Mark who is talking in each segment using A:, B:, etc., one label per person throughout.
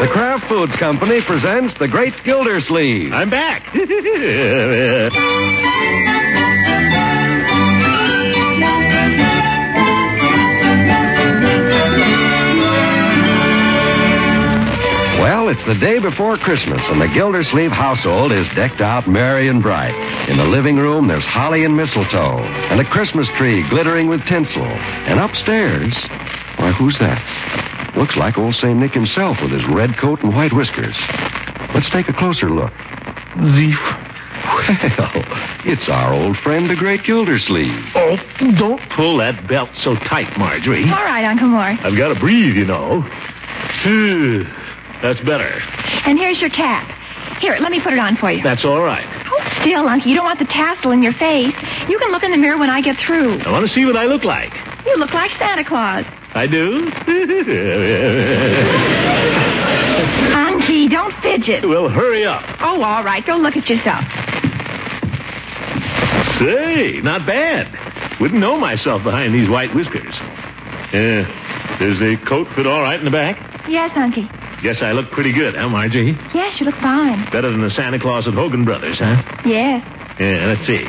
A: The Kraft Foods Company presents The Great Gildersleeve.
B: I'm back.
A: Well, it's the day before Christmas, and the Gildersleeve household is decked out merry and bright. In the living room, there's holly and mistletoe, and a Christmas tree glittering with tinsel. And upstairs, why, who's that? Looks like old St. Nick himself with his red coat and white whiskers. Let's take a closer look.
C: Zeef.
A: Well, it's our old friend, the great Gildersleeve.
B: Oh, don't pull that belt so tight, Marjorie.
D: All right, Uncle Mort.
B: I've got to breathe, you know. That's better.
D: And here's your cap. Here, let me put it on for you.
B: That's all right.
D: Hold still, Uncle. You don't want the tassel in your face. You can look in the mirror when I get through.
B: I want to see what I look like.
D: You look like Santa Claus.
B: I do?
D: Unky, don't fidget.
B: well, hurry up.
D: Oh, all right. Go look at yourself.
B: Say, not bad. Wouldn't know myself behind these white whiskers. Uh, does the coat fit all right in the back?
D: Yes, Unky.
B: Guess I look pretty good, huh, Marjorie?
D: Yes, you look fine.
B: Better than the Santa Claus at Hogan Brothers, huh?
D: Yes.
B: Yeah, let's see.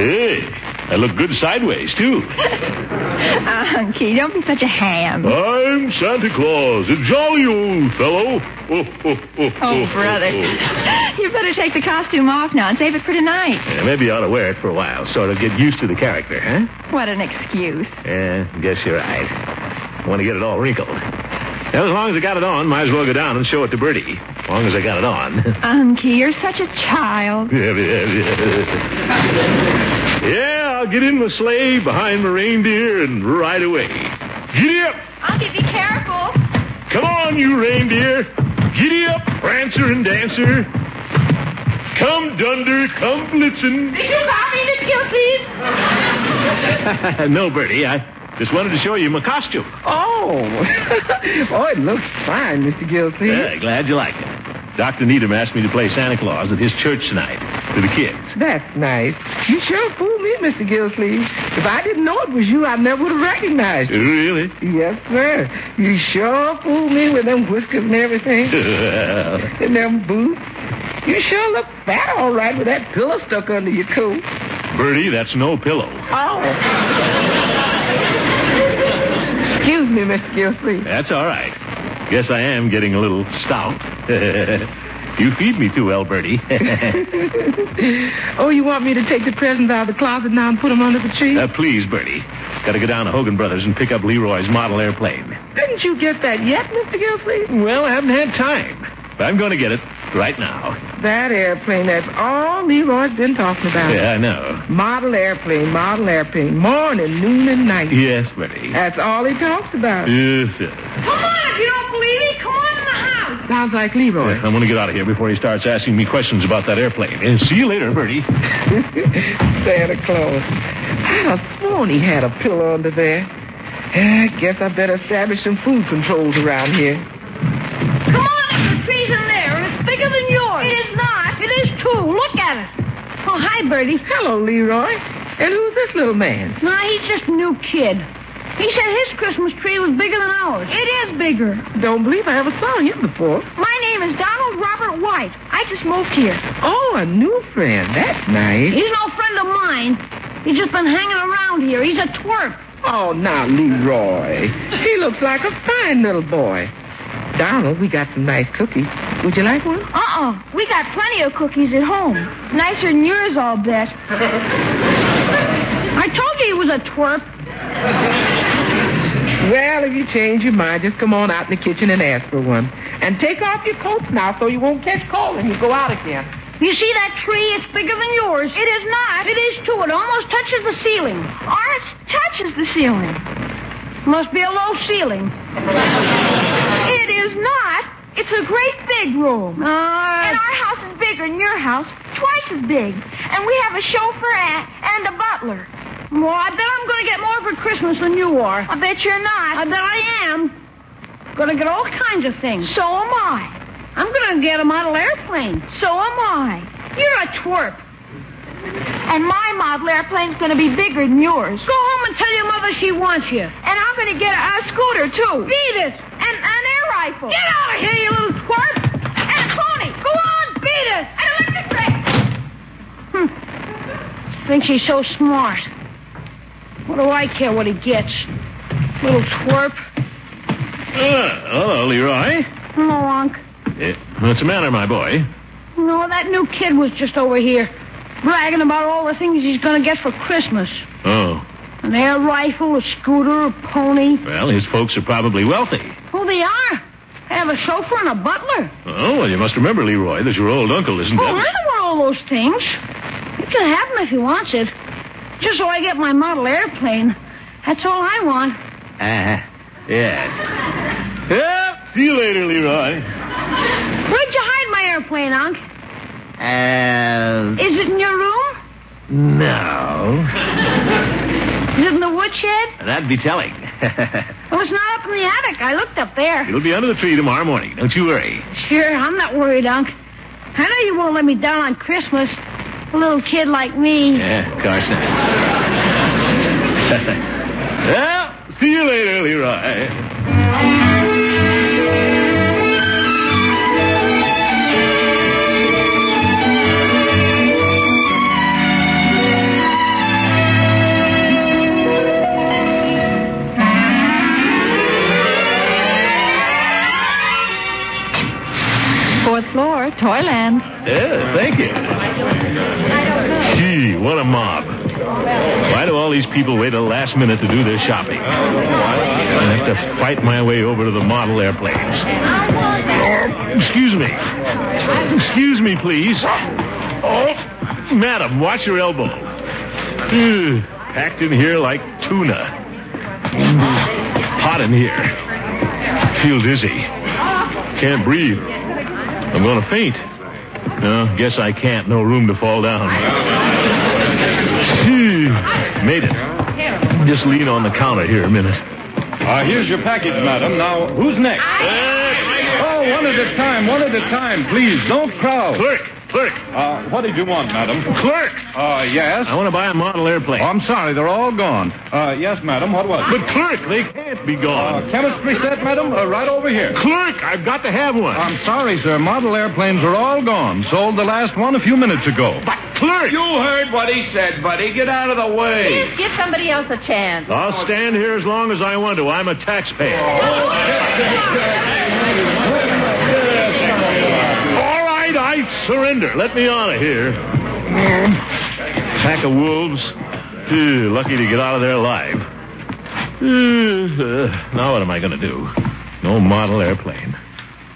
B: Hey, I look good sideways, too.
D: Unky, don't be such a ham.
B: Oh. I'm Santa Claus, a jolly old fellow. Oh, oh, oh,
D: Oh, brother. you better take the costume off now and save it for tonight.
B: Yeah, maybe you ought to wear it for a while, sort of get used to the character, huh?
D: What an excuse.
B: Yeah, guess you're right. Want to get it all wrinkled. Well, as long as I got it on, might as well go down and show it to Bertie. As long as I got it on.
D: Unky, you're such a child.
B: yeah, I'll get in the sleigh behind the reindeer and ride away. Giddy up!
D: Unky, be careful.
B: Come on, you reindeer. Giddy up, prancer and dancer. Come, dunder, come, blitzen.
D: Did you call me the Gilpies?
B: no, Bertie, I just wanted to show you my costume.
C: Oh. oh, it looks fine, Mr. Gilsey.
B: Yeah, glad you like it. Dr. Needham asked me to play Santa Claus at his church tonight for the kids.
C: That's nice. You sure fooled me, Mr. Gilsleeve. If I didn't know it was you, I never would have recognized you.
B: Really?
C: Yes, sir. You sure fooled me with them whiskers and everything,
B: Well,
C: and them boots. You sure look fat all right with that pillow stuck under your coat.
B: Bertie, that's no pillow.
C: Oh. Excuse me, Mr. Gilsleeve.
B: That's all right. Guess I am getting a little stout. you feed me too well, Bertie. Uh,
C: Oh, you want me to take the presents out of the closet now and put them under the tree?
B: Uh, please, Bertie. Got to go down to Hogan Brothers and pick up Leroy's model airplane.
C: Didn't you get that yet, Mr. Gilsleeve?
B: Well, I haven't had time. But I'm going to get it right now.
C: That airplane, that's all Leroy's been talking about.
B: Yeah, I know.
C: Model airplane, model airplane, morning, noon, and night.
B: Yes, Bertie.
C: That's all he talks about.
B: Yes, sir.
D: Come on, if you don't believe me, come on in the house.
C: Sounds like Leroy.
B: I'm going to get out of here before he starts asking me questions about that airplane. And see you later, Bertie.
C: Santa Claus. I'd have sworn he had a pillow under there. I guess I better establish some food controls around here.
D: Come on, it's the trees in there, and it's bigger than yours. It is not. It is too. Look at it. Oh, hi, Bertie.
C: Hello, Leroy. And who's this little man?
D: No, he's just a new kid. He said his Christmas tree was bigger than ours. It is bigger.
C: Don't believe I ever saw him before.
D: My name is Donald Robert White. I just moved here.
C: Oh, a new friend. That's nice.
D: He's no friend of mine. He's just been hanging around here. He's a twerp.
C: Oh, now, Leroy. He looks like a fine little boy. McDonald, we got some nice cookies. Would you like one?
D: Uh-uh. We got plenty of cookies at home. Nicer than yours, I'll bet. I told you he was a twerp.
C: Well, if you change your mind, just come on out in the kitchen and ask for one. And take off your coats now so you won't catch cold when you go out again.
D: You see that tree? It's bigger than yours. It is not. It is too. It almost touches the ceiling. Ours touches the ceiling. Must be a low ceiling. it is not. It's a great big room. and our house is bigger than your house, twice as big. And we have a chauffeur and, and a butler. Well, I bet I'm going to get more for Christmas than you are. I bet you're not. I bet I am. Gonna get all kinds of things. So am I. I'm gonna get a model airplane. So am I. You're a twerp. And my model airplane's gonna be bigger than yours. Go home and tell your mother she wants you. And I'm gonna get a, a scooter too. Beat it. And an air rifle. Get out of here, you little twerp. And a pony. Go on, beat it. An electric train. Hmm. Think she's so smart. What do I care what he gets? Little twerp.
B: Uh, hello, Leroy.
D: Hello, Unc.
B: Eh, what's the matter, my boy?
D: No, that new kid was just over here, bragging about all the things he's going to get for Christmas.
B: Oh,
D: An air rifle, a scooter, a pony.
B: well, his folks are probably wealthy.
D: Oh, they are. They have a chauffeur and a butler.
B: Oh, well, you must remember, Leroy, that your old uncle isn't
D: Oh,
B: dead.
D: I don't want all those things. You can have them if he wants it. Just so I get my model airplane. That's all I want.
B: Uh-huh. Yes. Yep. See you later, Leroy.
D: Where'd you hide my airplane, Unc?
B: Uh,
D: Is it in your room?
B: no.
D: Is it in the woodshed?
B: That'd be telling.
D: Oh, it's not up in the attic. I looked up there.
B: It'll be under the tree tomorrow morning. Don't you worry.
D: Sure, I'm not worried, Unc. I know you won't let me down on Christmas. A little kid like me.
B: Yeah, of course not. well, see you later, Leroy.
E: Fourth floor, Toyland.
B: Yeah, thank you. Gee, what a mob. Why do all these people wait till last minute to do their shopping? I have to fight my way over to the model airplanes. Oh, excuse me. Excuse me, please. Oh, madam, watch your elbow. Ugh, packed in here like tuna. Hot in here. Feel dizzy. Can't breathe. I'm going to faint. No, guess I can't. No room to fall down. Phew, Made it. Just lean on the counter here a minute.
F: Uh, here's your package, madam. Now, who's next? Oh, one at a time, one at a time, please. Don't crowd.
B: Clerk, clerk,
F: Uh, what did you want, madam?
B: clerk.
F: Uh, yes.
B: I want to buy a model airplane.
F: Oh, I'm sorry, they're all gone. Uh, yes, madam. What was it?
B: But clerk, they can't be gone.
F: Uh, chemistry set, madam, uh, right over here.
B: Clerk, I've got to have one.
F: I'm sorry, sir. Model airplanes are all gone. Sold the last one a few minutes ago.
B: but clerk,
F: heard what he said, buddy. Get out of the way.
E: Give somebody else a chance.
B: I'll stand here as long as I want to. I'm a taxpayer. All right, I surrender. Let me out of here. Pack of wolves. Ew, lucky to get out of there alive. Ew, uh, now what am I going to do? No model airplane.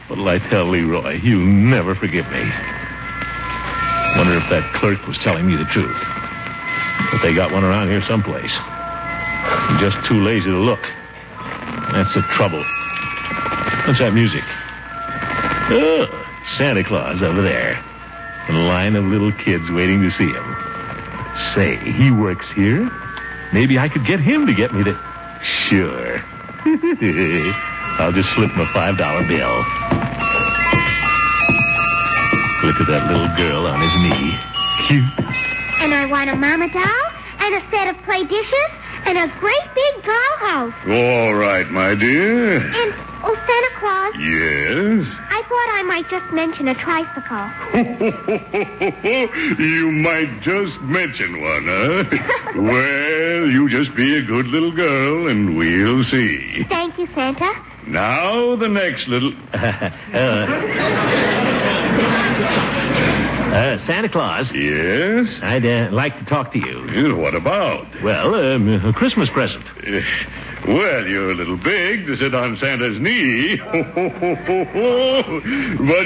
B: What'll I tell Leroy? He'll never forgive me. Wonder if that clerk was telling me the truth. But they got one around here someplace. I'm just too lazy to look. That's the trouble. What's that music? Oh, Santa Claus over there. A line of little kids waiting to see him. Say, he works here? Maybe I could get him to get me to. Sure. I'll just slip him a $5 bill. Look at that little girl on his knee. Cute.
G: And I want a mama doll and a set of play dishes and a great big dollhouse.
F: All right, my dear.
G: And, oh, Santa Claus,
F: Yes.
G: I thought I might just mention a tricycle.
F: you might just mention one, huh? well, you just be a good little girl, and we'll see.
G: Thank you, Santa.
F: Now the next little.
B: Uh, Santa Claus.
F: Yes?
B: I'd uh, like to talk to you.
F: what about?
B: Well, um, a Christmas present.
F: Well, you're a little big to sit on Santa's knee. but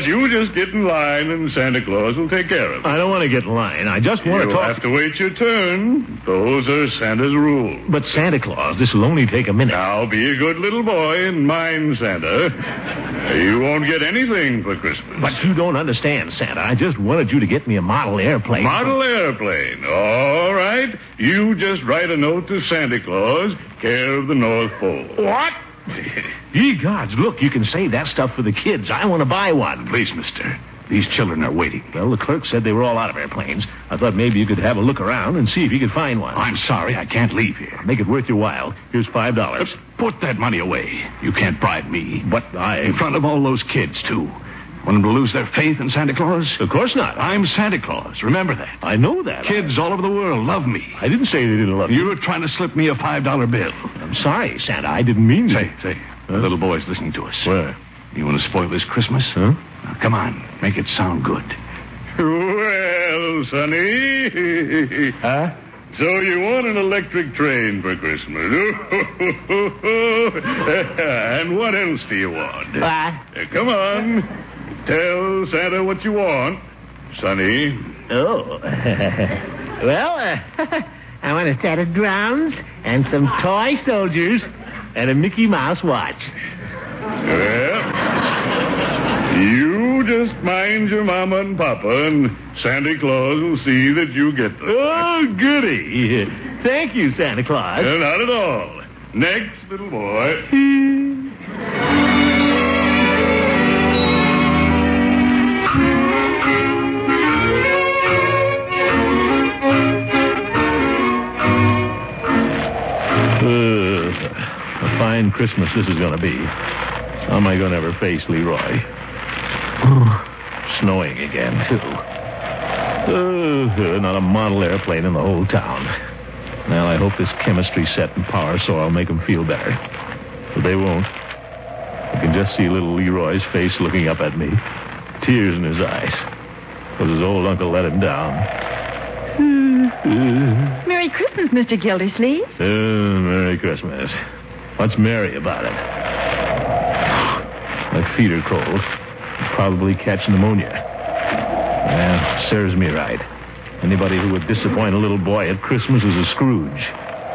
F: you just get in line and Santa Claus will take care of it.
B: I don't want to get in line. I just want
F: You'll
B: to talk.
F: have to wait your turn. Those are Santa's rules.
B: But Santa Claus, this will only take a minute.
F: Now be a good little boy and mind Santa. You won't get anything for Christmas.
B: But you don't understand, Santa. I just wanted you to get me a model airplane.
F: Model airplane. All right. You just write a note to Santa Claus, care of the North Pole.
B: What? Ye gods, look, you can save that stuff for the kids. I want to buy one.
F: Please, mister.
B: These children are waiting. Well, the clerk said they were all out of airplanes. I thought maybe you could have a look around and see if you could find one.
H: I'm sorry, I can't leave here.
B: Make it worth your while. Here's five dollars.
H: Put that money away. You can't bribe me.
B: But I.
H: In front of all those kids, too. Want them to lose their faith in Santa Claus?
B: Of course not.
H: I'm Santa Claus. Remember that.
B: I know that.
H: Kids all over the world love me.
B: I didn't say they didn't love you.
H: You were trying to slip me a $5 bill.
B: I'm sorry, Santa. I didn't mean to.
H: Say, say, the little boy's listening to us.
F: Where?
H: You want to spoil this Christmas?
F: Huh?
H: Now, come on, make it sound good.
F: Well, Sonny.
H: Huh?
F: So you want an electric train for Christmas? and what else do you want?
C: Bye.
F: Uh, come on. Tell Santa what you want, Sonny.
B: Oh. well, uh, I want a set of drums and some toy soldiers and a Mickey Mouse watch.
F: Well, you just mind your mama and papa, and Santa Claus will see that you get them.
B: Oh, goody. Thank you, Santa Claus.
F: Uh, not at all. Next, little boy. Uh,
B: a fine Christmas this is going to be. How am I going to ever face Leroy? Snowing again, too. Uh, not a model airplane in the whole town. Well, I hope this chemistry set and power saw will make them feel better. But they won't. I can just see little Leroy's face looking up at me. Tears in his eyes. Because his old uncle let him down.
C: Merry Christmas, Mr. Gildersleeve.
F: Uh, Merry Christmas.
B: What's merry about it? My feet are cold. Probably catch pneumonia. Well, serves me right. Anybody who would disappoint a little boy at Christmas is a Scrooge.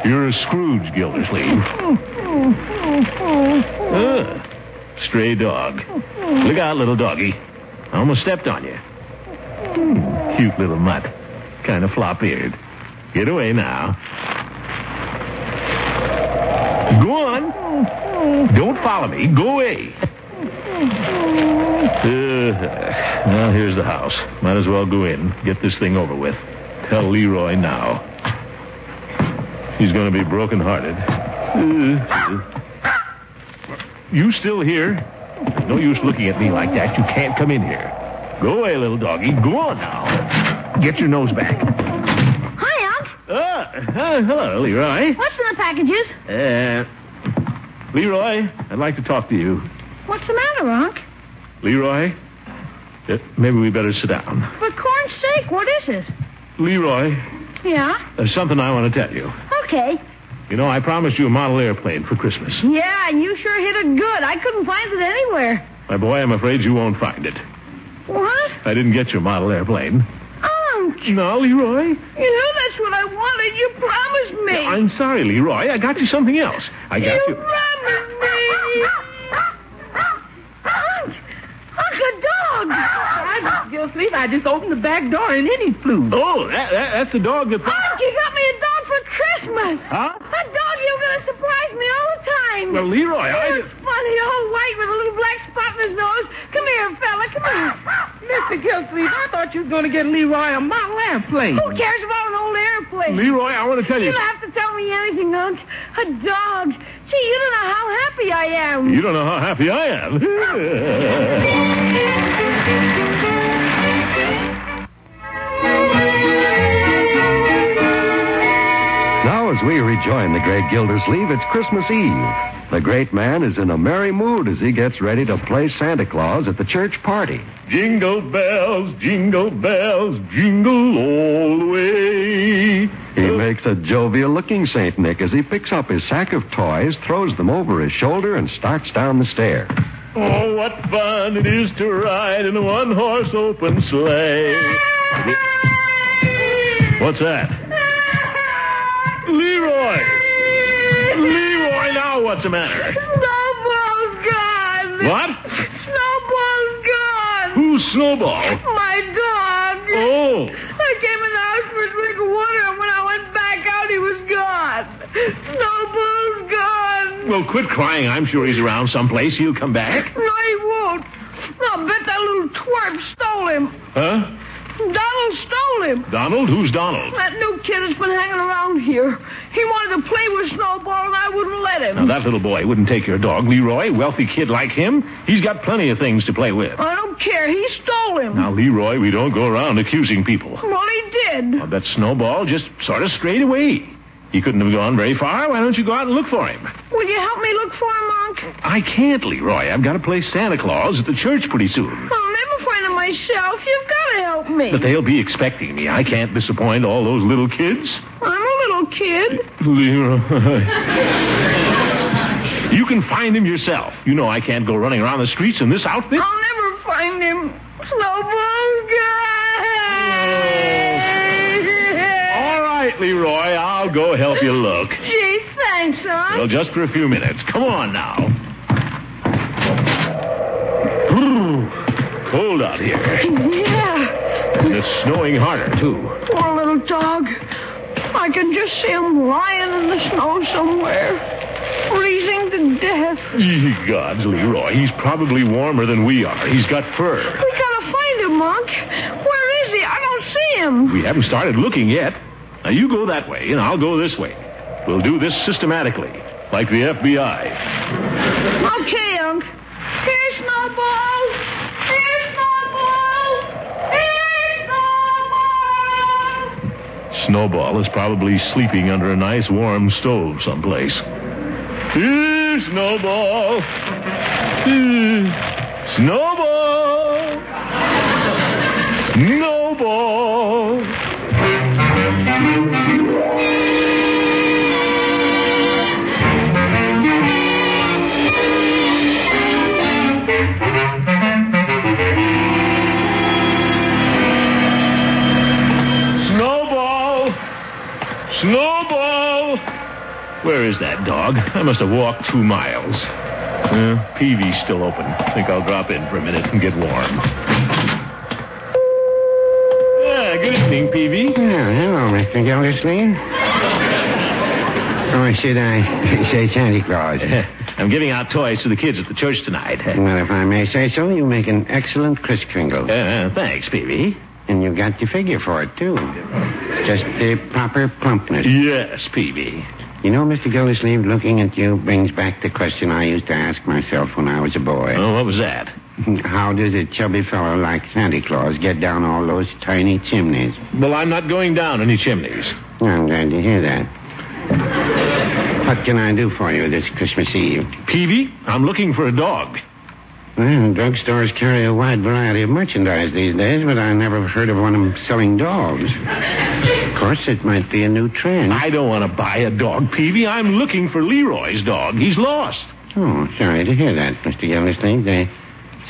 B: You're a Scrooge, Gildersleeve. Ugh. Stray dog. Look out, little doggy. I almost stepped on you. Hmm, Cute little mutt. Kind of flop-eared. Get away now. Go on. Don't follow me. Go away. Uh, well, here's the house. Might as well go in. Get this thing over with. Tell Leroy now. He's going to be broken-hearted. Uh, you still here? No use looking at me like that. You can't come in here. Go away, little doggy. Go on now. Get your nose back.
D: Hi, Unc.
B: Uh, uh, hello, Leroy.
D: What's in the packages?
B: Uh, Leroy, I'd like to talk to you.
D: What's the matter, Unc?
B: Leroy? Uh, maybe we better sit down.
D: For corn's sake, what is it?
B: Leroy,
D: Yeah?
B: there's something I want to tell you.
D: Okay.
B: You know, I promised you a model airplane for Christmas.
D: Yeah, and you sure hit it good. I couldn't find it anywhere.
B: My boy, I'm afraid you won't find it.
D: What?
B: I didn't get your model airplane.
D: Unc,
B: No, Leroy?
D: you know that's what I wanted. You promised me.
B: I'm sorry, Leroy. I got you something else. I got
D: you
B: you.
D: promised me. Unc, Unc, a dog.
C: I, Gildersleeve, I just opened the back door and in he flew.
B: Oh, that, that, that's the dog that.
D: Unc, you got me a dog for Christmas.
B: Huh?
D: A dog you were going to surprise me all the time.
B: Well, Leroy, I.
D: He was funny, all white with a little black spot in his nose. Come here, fella, come here.
C: Mr. Gildersleeve, I thought you was going to get Leroy a model airplane.
D: Who cares about an old airplane?
B: Leroy, I want to tell
D: You
B: you.
D: don't have to tell me anything, Unc. A dog. Gee, you don't know how happy I am.
B: You don't know how happy I am.
A: Now, as we rejoin the great Gildersleeve, it's Christmas Eve. The great man is in a merry mood as he gets ready to play Santa Claus at the church party.
B: Jingle bells, jingle bells, jingle all the way.
A: He makes a jovial looking St. Nick as he picks up his sack of toys, throws them over his shoulder, and starts down the stair.
B: Oh, what fun it is to ride in a one horse open sleigh. What's that? Leroy! Leroy, now what's the matter?
D: Snowball's gone.
B: What?
D: Snowball's gone.
B: Who's Snowball?
D: My dog.
B: Oh.
D: I came in the house for a drink of water, and when I went back out, he was gone. Snowball's gone.
B: Well, quit crying. I'm sure he's around someplace. He'll come back.
D: No, he won't. I'll bet that little twerp stole him.
B: Huh?
D: Donald stole him.
B: Donald? Who's Donald?
D: That new kid has been hanging around here. He wanted to play with Snowball, and I wouldn't let him.
B: Now, that little boy wouldn't take your dog, Leroy. Wealthy kid like him, he's got plenty of things to play with.
D: I don't care. He stole him.
B: Now, Leroy, we don't go around accusing people.
D: Well, he did.
B: Now, that snowball just sort of strayed away. He couldn't have gone very far. Why don't you go out and look for him?
D: Will you help me look for him, Unc?
B: I can't, Leroy. I've got to play Santa Claus at the church pretty soon.
D: I'll never find him myself. You've got to help me.
B: But they'll be expecting me. I can't disappoint all those little kids.
D: I'm a little kid.
B: Leroy. you can find him yourself. You know I can't go running around the streets in this outfit.
D: I'll never find him. Snowball's gone.
B: All right, Leroy. I'll go help you look.
D: Gee, thanks, Unc.
B: Well, just for a few minutes. Come on now. Brrr. Cold out here.
D: Yeah.
B: And it's snowing harder, too.
D: Poor little dog. I can just see him lying in the snow somewhere, freezing to death.
B: Ye gods, Leroy. He's probably warmer than we are. He's got fur.
D: We gotta find him, Monk. Where is he? I don't see him.
B: We haven't started looking yet. Now you go that way, and I'll go this way. We'll do this systematically, like the FBI.
D: Okay, Unc. Here's Snowball. Here's Snowball. Here's Snowball.
B: Snowball is probably sleeping under a nice warm stove someplace. Here, Snowball. Here, Snowball. Snowball. Snowball! Snowball! Where is that dog? I must have walked two miles. Uh, Peavy's still open. Think I'll drop in for a minute and get warm. Yeah, good evening, Peavy.
I: hello, Mr. Gildersleeve. or should Oh, I say Santa Claus?
B: I'm giving out toys to the kids at the church tonight.
I: well, if I may say so, you make an excellent Kris Kringle.
B: Uh, thanks, Peavy.
I: And you got the figure for it, too. Just the proper plumpness.
B: Yes, Peavy.
I: You know, Mr. Gildersleeve, looking at you brings back the question I used to ask myself when I was a boy.
B: Oh, what was that?
I: How does a chubby fellow like Santa Claus get down all those tiny chimneys?
B: Well, I'm not going down any chimneys.
I: I'm glad to hear that. What can I do for you this Christmas Eve?
B: Peavy, I'm looking for a dog.
I: Well, drugstores carry a wide variety of merchandise these days, but I never heard of one of them selling dogs. Of course, it might be a new trend.
B: I don't want to buy a dog, Peavy. I'm looking for Leroy's dog. He's lost.
I: Oh, sorry to hear that, Mr. Gildersleeve. They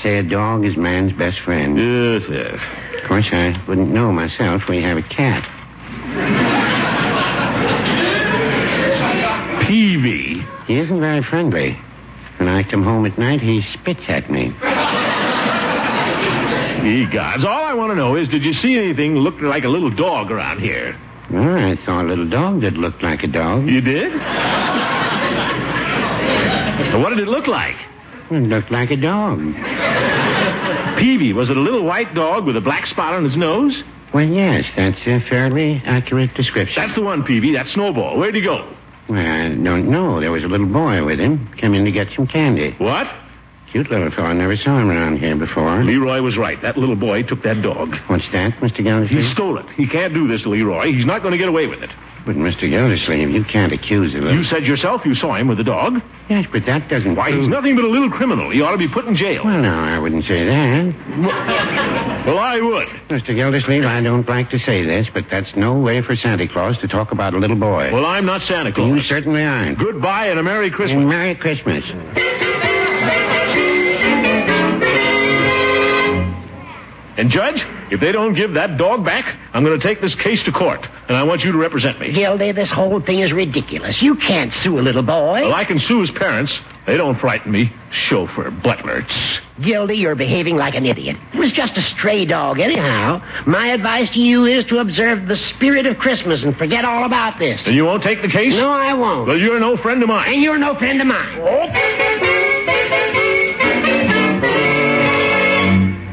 I: say a dog is man's best friend.
B: Yes, yes.
I: Of course, I wouldn't know myself. We have a cat.
B: Peavy.
I: He isn't very friendly. When I come home at night, he spits at me.
B: Ye gods, all I want to know is did you see anything looked like a little dog around here?
I: Well, I saw a little dog that looked like a dog.
B: You did? what did it look like?
I: It looked like a dog.
B: Peavy, was it a little white dog with a black spot on its nose?
I: Well, yes, that's a fairly accurate description.
B: That's the one, Peavy. That's Snowball. Where'd he go?
I: Well, I don't know. There was a little boy with him. Came in to get some candy.
B: What?
I: Cute little fellow. Never saw him around here before.
B: Leroy was right. That little boy took that dog.
I: What's that, Mr. Gildersleeve?
B: He stole it. He can't do this to Leroy. He's not going to get away with it.
I: But, Mr. Gildersleeve, you can't accuse him of...
B: You said yourself you saw him with the dog.
I: Yes, but that doesn't.
B: Why, he's nothing but a little criminal. He ought to be put in jail.
I: Well, no, I wouldn't say that.
B: Well, I would.
I: Mr. Gildersleeve, I don't like to say this, but that's no way for Santa Claus to talk about a little boy.
B: Well, I'm not Santa Claus.
I: You certainly aren't.
B: Goodbye and a Merry Christmas.
I: And Merry Christmas.
B: And, Judge, if they don't give that dog back, I'm going to take this case to court, and I want you to represent me.
J: Gildy, this whole thing is ridiculous. You can't sue a little boy.
B: Well, I can sue his parents. They don't frighten me. Chauffeur, butler. tss.
J: Gildy, you're behaving like an idiot. It was just a stray dog, anyhow. My advice to you is to observe the spirit of Christmas and forget all about this.
B: And you won't take the case?
J: No, I won't.
B: Well, you're no friend of mine.
J: And you're no friend of mine.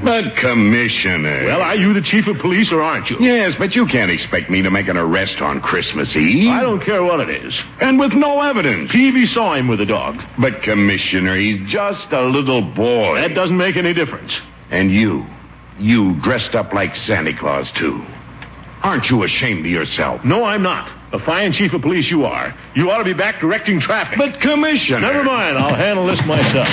K: But, Commissioner.
B: Well, are you the chief of police or aren't you?
K: Yes, but you can't expect me to make an arrest on Christmas Eve.
B: I don't care what it is.
K: And with no evidence.
B: Peavy saw him with a dog.
K: But, Commissioner, he's just a little boy.
B: That doesn't make any difference.
K: And you. You dressed up like Santa Claus, too. Aren't you ashamed of yourself?
B: No, I'm not. The fine chief of police you are. You ought to be back directing traffic.
K: But, Commissioner.
B: Never mind. I'll handle this myself.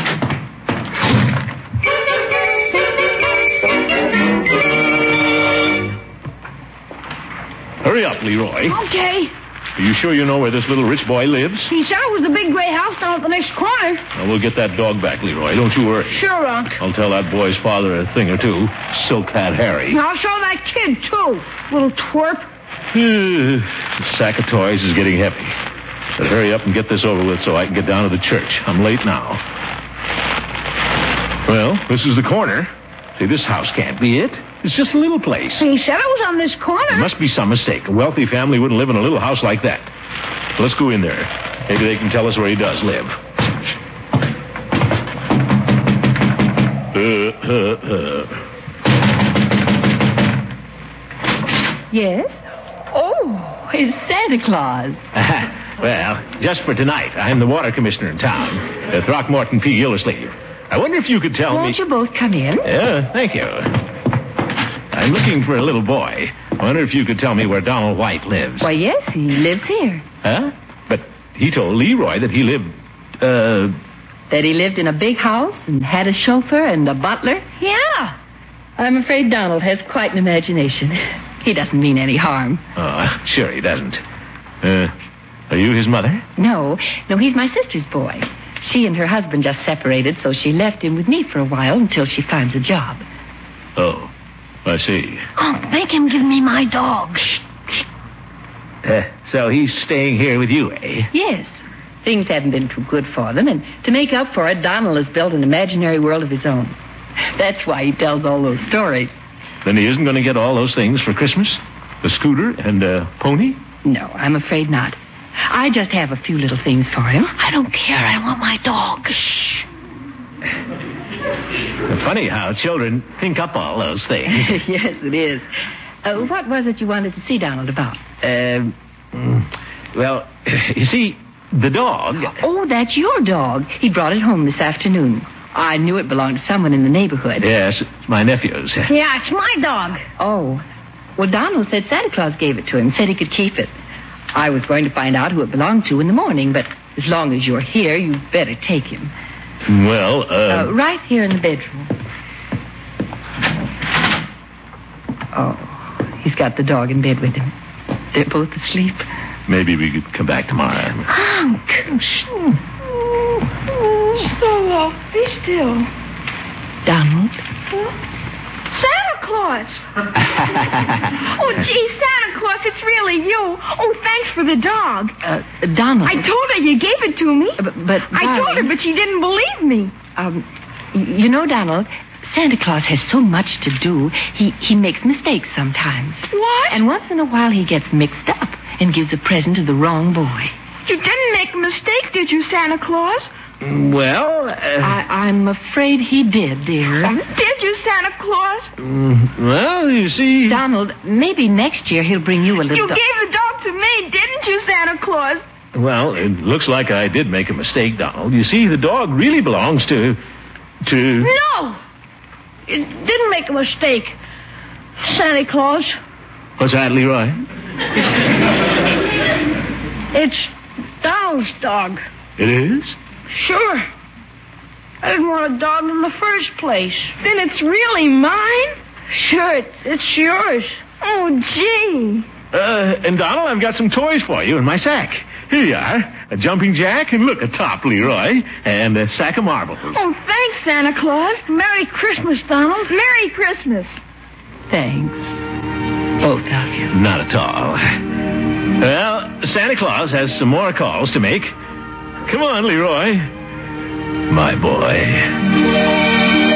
B: Hurry up, Leroy.
D: Okay.
B: Are you sure you know where this little rich boy lives?
D: He said it was the big gray house down at the next corner.
B: Now, we'll get that dog back, Leroy. Don't you worry.
D: Sure, Unc.
B: I'll tell that boy's father a thing or two. Silk Hat Harry.
D: And I'll show that kid, too. Little twerp.
B: the Hmm. sack of toys is getting heavy. But hurry up and get this over with so I can get down to the church. I'm late now. Well, this is the corner. See, this house can't be it. It's just a little place.
D: He said it was on this
B: There
D: corner.
B: must be some mistake. A wealthy family wouldn't live in a little house like that. Let's go in there. Maybe they can tell us where he does live. Uh, uh, uh.
L: Yes? Oh, it's Santa Claus.
B: Well, just for tonight, I'm the water commissioner in town, uh, Throckmorton P. Gildersleeve. I wonder if you could tell me.
L: Won't you both come in?
B: Yeah, thank you. I'm looking for a little boy. I wonder if you could tell me where Donald White lives.
L: Why, yes, he lives here.
B: Huh? But he told Leroy that he lived. Uh,
L: That he lived in a big house and had a chauffeur and a butler? Yeah. I'm afraid Donald has quite an imagination. He doesn't mean any harm.
B: oh, sure he doesn't. Uh, are you his mother?
L: No, no, he's my sister's boy. She and her husband just separated, so she left him with me for a while until she finds a job.
B: Oh, I see.
L: Unc, Oh, make him give me my dog.
B: Uh, so he's staying here with you, eh?
L: Yes. Things haven't been too good for them, and to make up for it, Donald has built an imaginary world of his own. That's why he tells all those stories.
B: Then he isn't going to get all those things for Christmas? The scooter and uh, pony?
L: No, I'm afraid not. I just have a few little things for him. I don't care. I want my dog. Shh.
B: Funny how children think up all those things.
L: yes, it is. Uh, what was it you wanted to see Donald about?
B: Um, well, you see, the dog.
L: Oh, that's your dog. He brought it home this afternoon. I knew it belonged to someone in the neighborhood.
B: Yes, it's my nephew's.
L: Yeah, it's my dog. Oh. Well, Donald said Santa Claus gave it to him, said he could keep it. I was going to find out who it belonged to in the morning, but as long as you're here, you'd better take him.
B: Well,
D: Um,
L: Uh, right here in the bedroom. Oh, he's got the dog in bed with him. They're both asleep.
B: maybe we could come back tomorrow.
D: Oh, be still.
L: Donald?
D: Santa Claus. oh, gee, Santa Claus, it's really you. Oh, thanks for the dog.
L: Uh, Donald.
D: I told her you gave it to me.
L: But, but
D: I told her,
L: darling-
D: but she didn't believe me.
L: Um, y- you know, Donald, Santa Claus has so much to do. He he makes mistakes sometimes.
D: What?
L: And once in a while, he gets mixed up and gives a present to the wrong boy.
D: You didn't make a mistake, did you, Santa Claus?
B: Well, uh,
L: I, I'm afraid he did, dear.
D: Um, Did you, Santa Claus?
B: mm, well, you see.
L: Donald, maybe next year he'll bring you a little.
D: You
L: do-
D: gave the dog to me, didn't you, Santa Claus?
B: Well, it looks like I did make a mistake, Donald. You see, the dog really belongs to. to.
D: No! You didn't make a mistake, Santa Claus.
B: What's that, Leroy?
D: It's Donald's dog.
I: It is?
D: Sure. I didn't want a dog in the first place. Then it's really mine? Sure, it's, it's yours. Oh, gee.
B: Uh, and Donald, I've got some toys for you in my sack. Here you are. A jumping jack and look, a top, Leroy, and a sack of marbles.
D: Oh, thanks, Santa Claus. Merry Christmas, Donald. Merry Christmas.
L: Thanks. Both of you.
B: Not at all. Well, Santa Claus has some more calls to make. Come on, Leroy. My boy.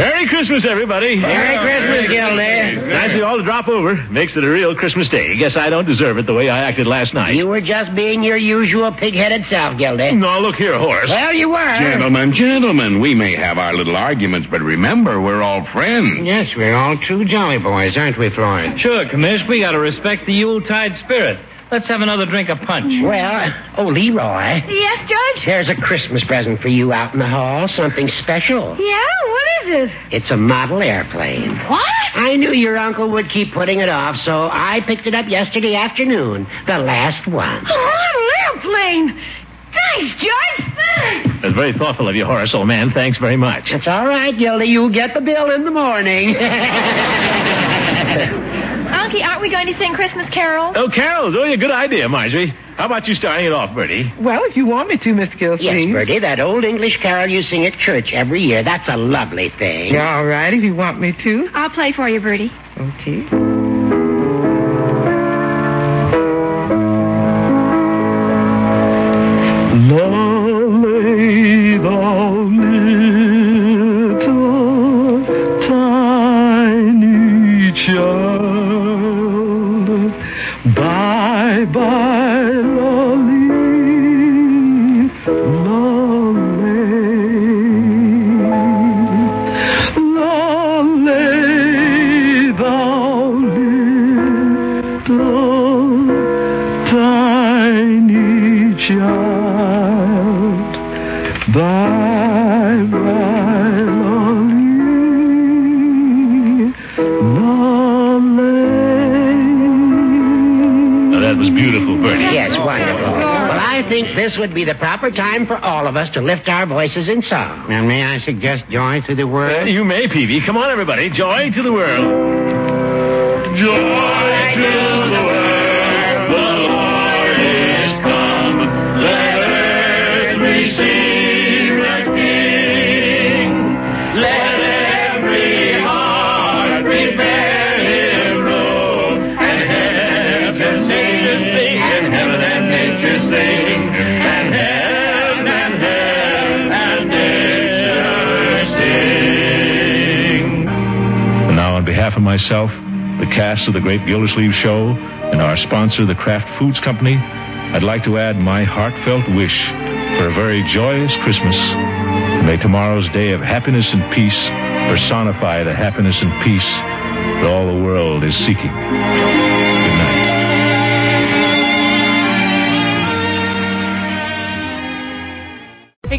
B: Merry Christmas, everybody.
J: Merry Christmas, Gilder.
B: Nice of you all to drop over. Makes it a real Christmas day. Guess I don't deserve it the way I acted last night.
J: You were just being your usual pig-headed self, Gildy.
B: No, look here, Horace.
J: Well, you were.
K: um,
I: Gentlemen, gentlemen, we may have our little arguments, but remember, we're all friends.
M: Yes, we're all true jolly boys, aren't we, Floyd?
N: Sure, Commish, we gotta respect the Yuletide spirit. Let's have another drink of punch.
J: Well, oh, Leroy.
D: Yes, Judge?
J: There's a Christmas present for you out in the hall, something special.
D: Yeah? What is it?
J: It's a model airplane.
D: What?
J: I knew your uncle would keep putting it off, so I picked it up yesterday afternoon, the last one.
D: Oh, an airplane. Thanks, Judge. Thanks.
B: That's very thoughtful of you, Horace, old man. Thanks very much.
J: It's all right, Gildy. You'll get the bill in the morning.
E: Unky, aren't we going to sing Christmas carols?
B: Oh, Carol's. Oh, yeah, good idea, Marjorie. How about you starting it off, Bertie?
C: Well, if you want me to, Mr. Gilsey.
J: yes, Bertie, that old English carol you sing at church every year. That's a lovely thing.
C: Yeah, all right, if you want me to.
E: I'll play for you, Bertie.
C: Okay.
A: Lay thou little tiny child by by lolly, lolly, lolly, thou little tiny child. Bye, bye, lolly, lolly.
B: Now, that was beautiful, Bertie.
J: Yes, wonderful. Well, I think this would be the proper time for all of us to lift our voices in song.
M: Now, may I suggest joy to the
B: Uh,
M: world?
B: you may, Peavy. Come on, everybody. Joy to the world. Joy to the world. The Lord is come. Let earth receive her King. Let every heart prepare him room. And heaven and nature sing. And heaven and nature sing. And heaven and heaven and nature sing. And now, on behalf of myself, the cast of the Great Gildersleeve Show, and our sponsor, the Kraft Foods Company, I'd like to add my heartfelt wish for a very joyous Christmas. And may tomorrow's day of happiness and peace personify the happiness and peace that all the world is seeking. Good night.
O: Hey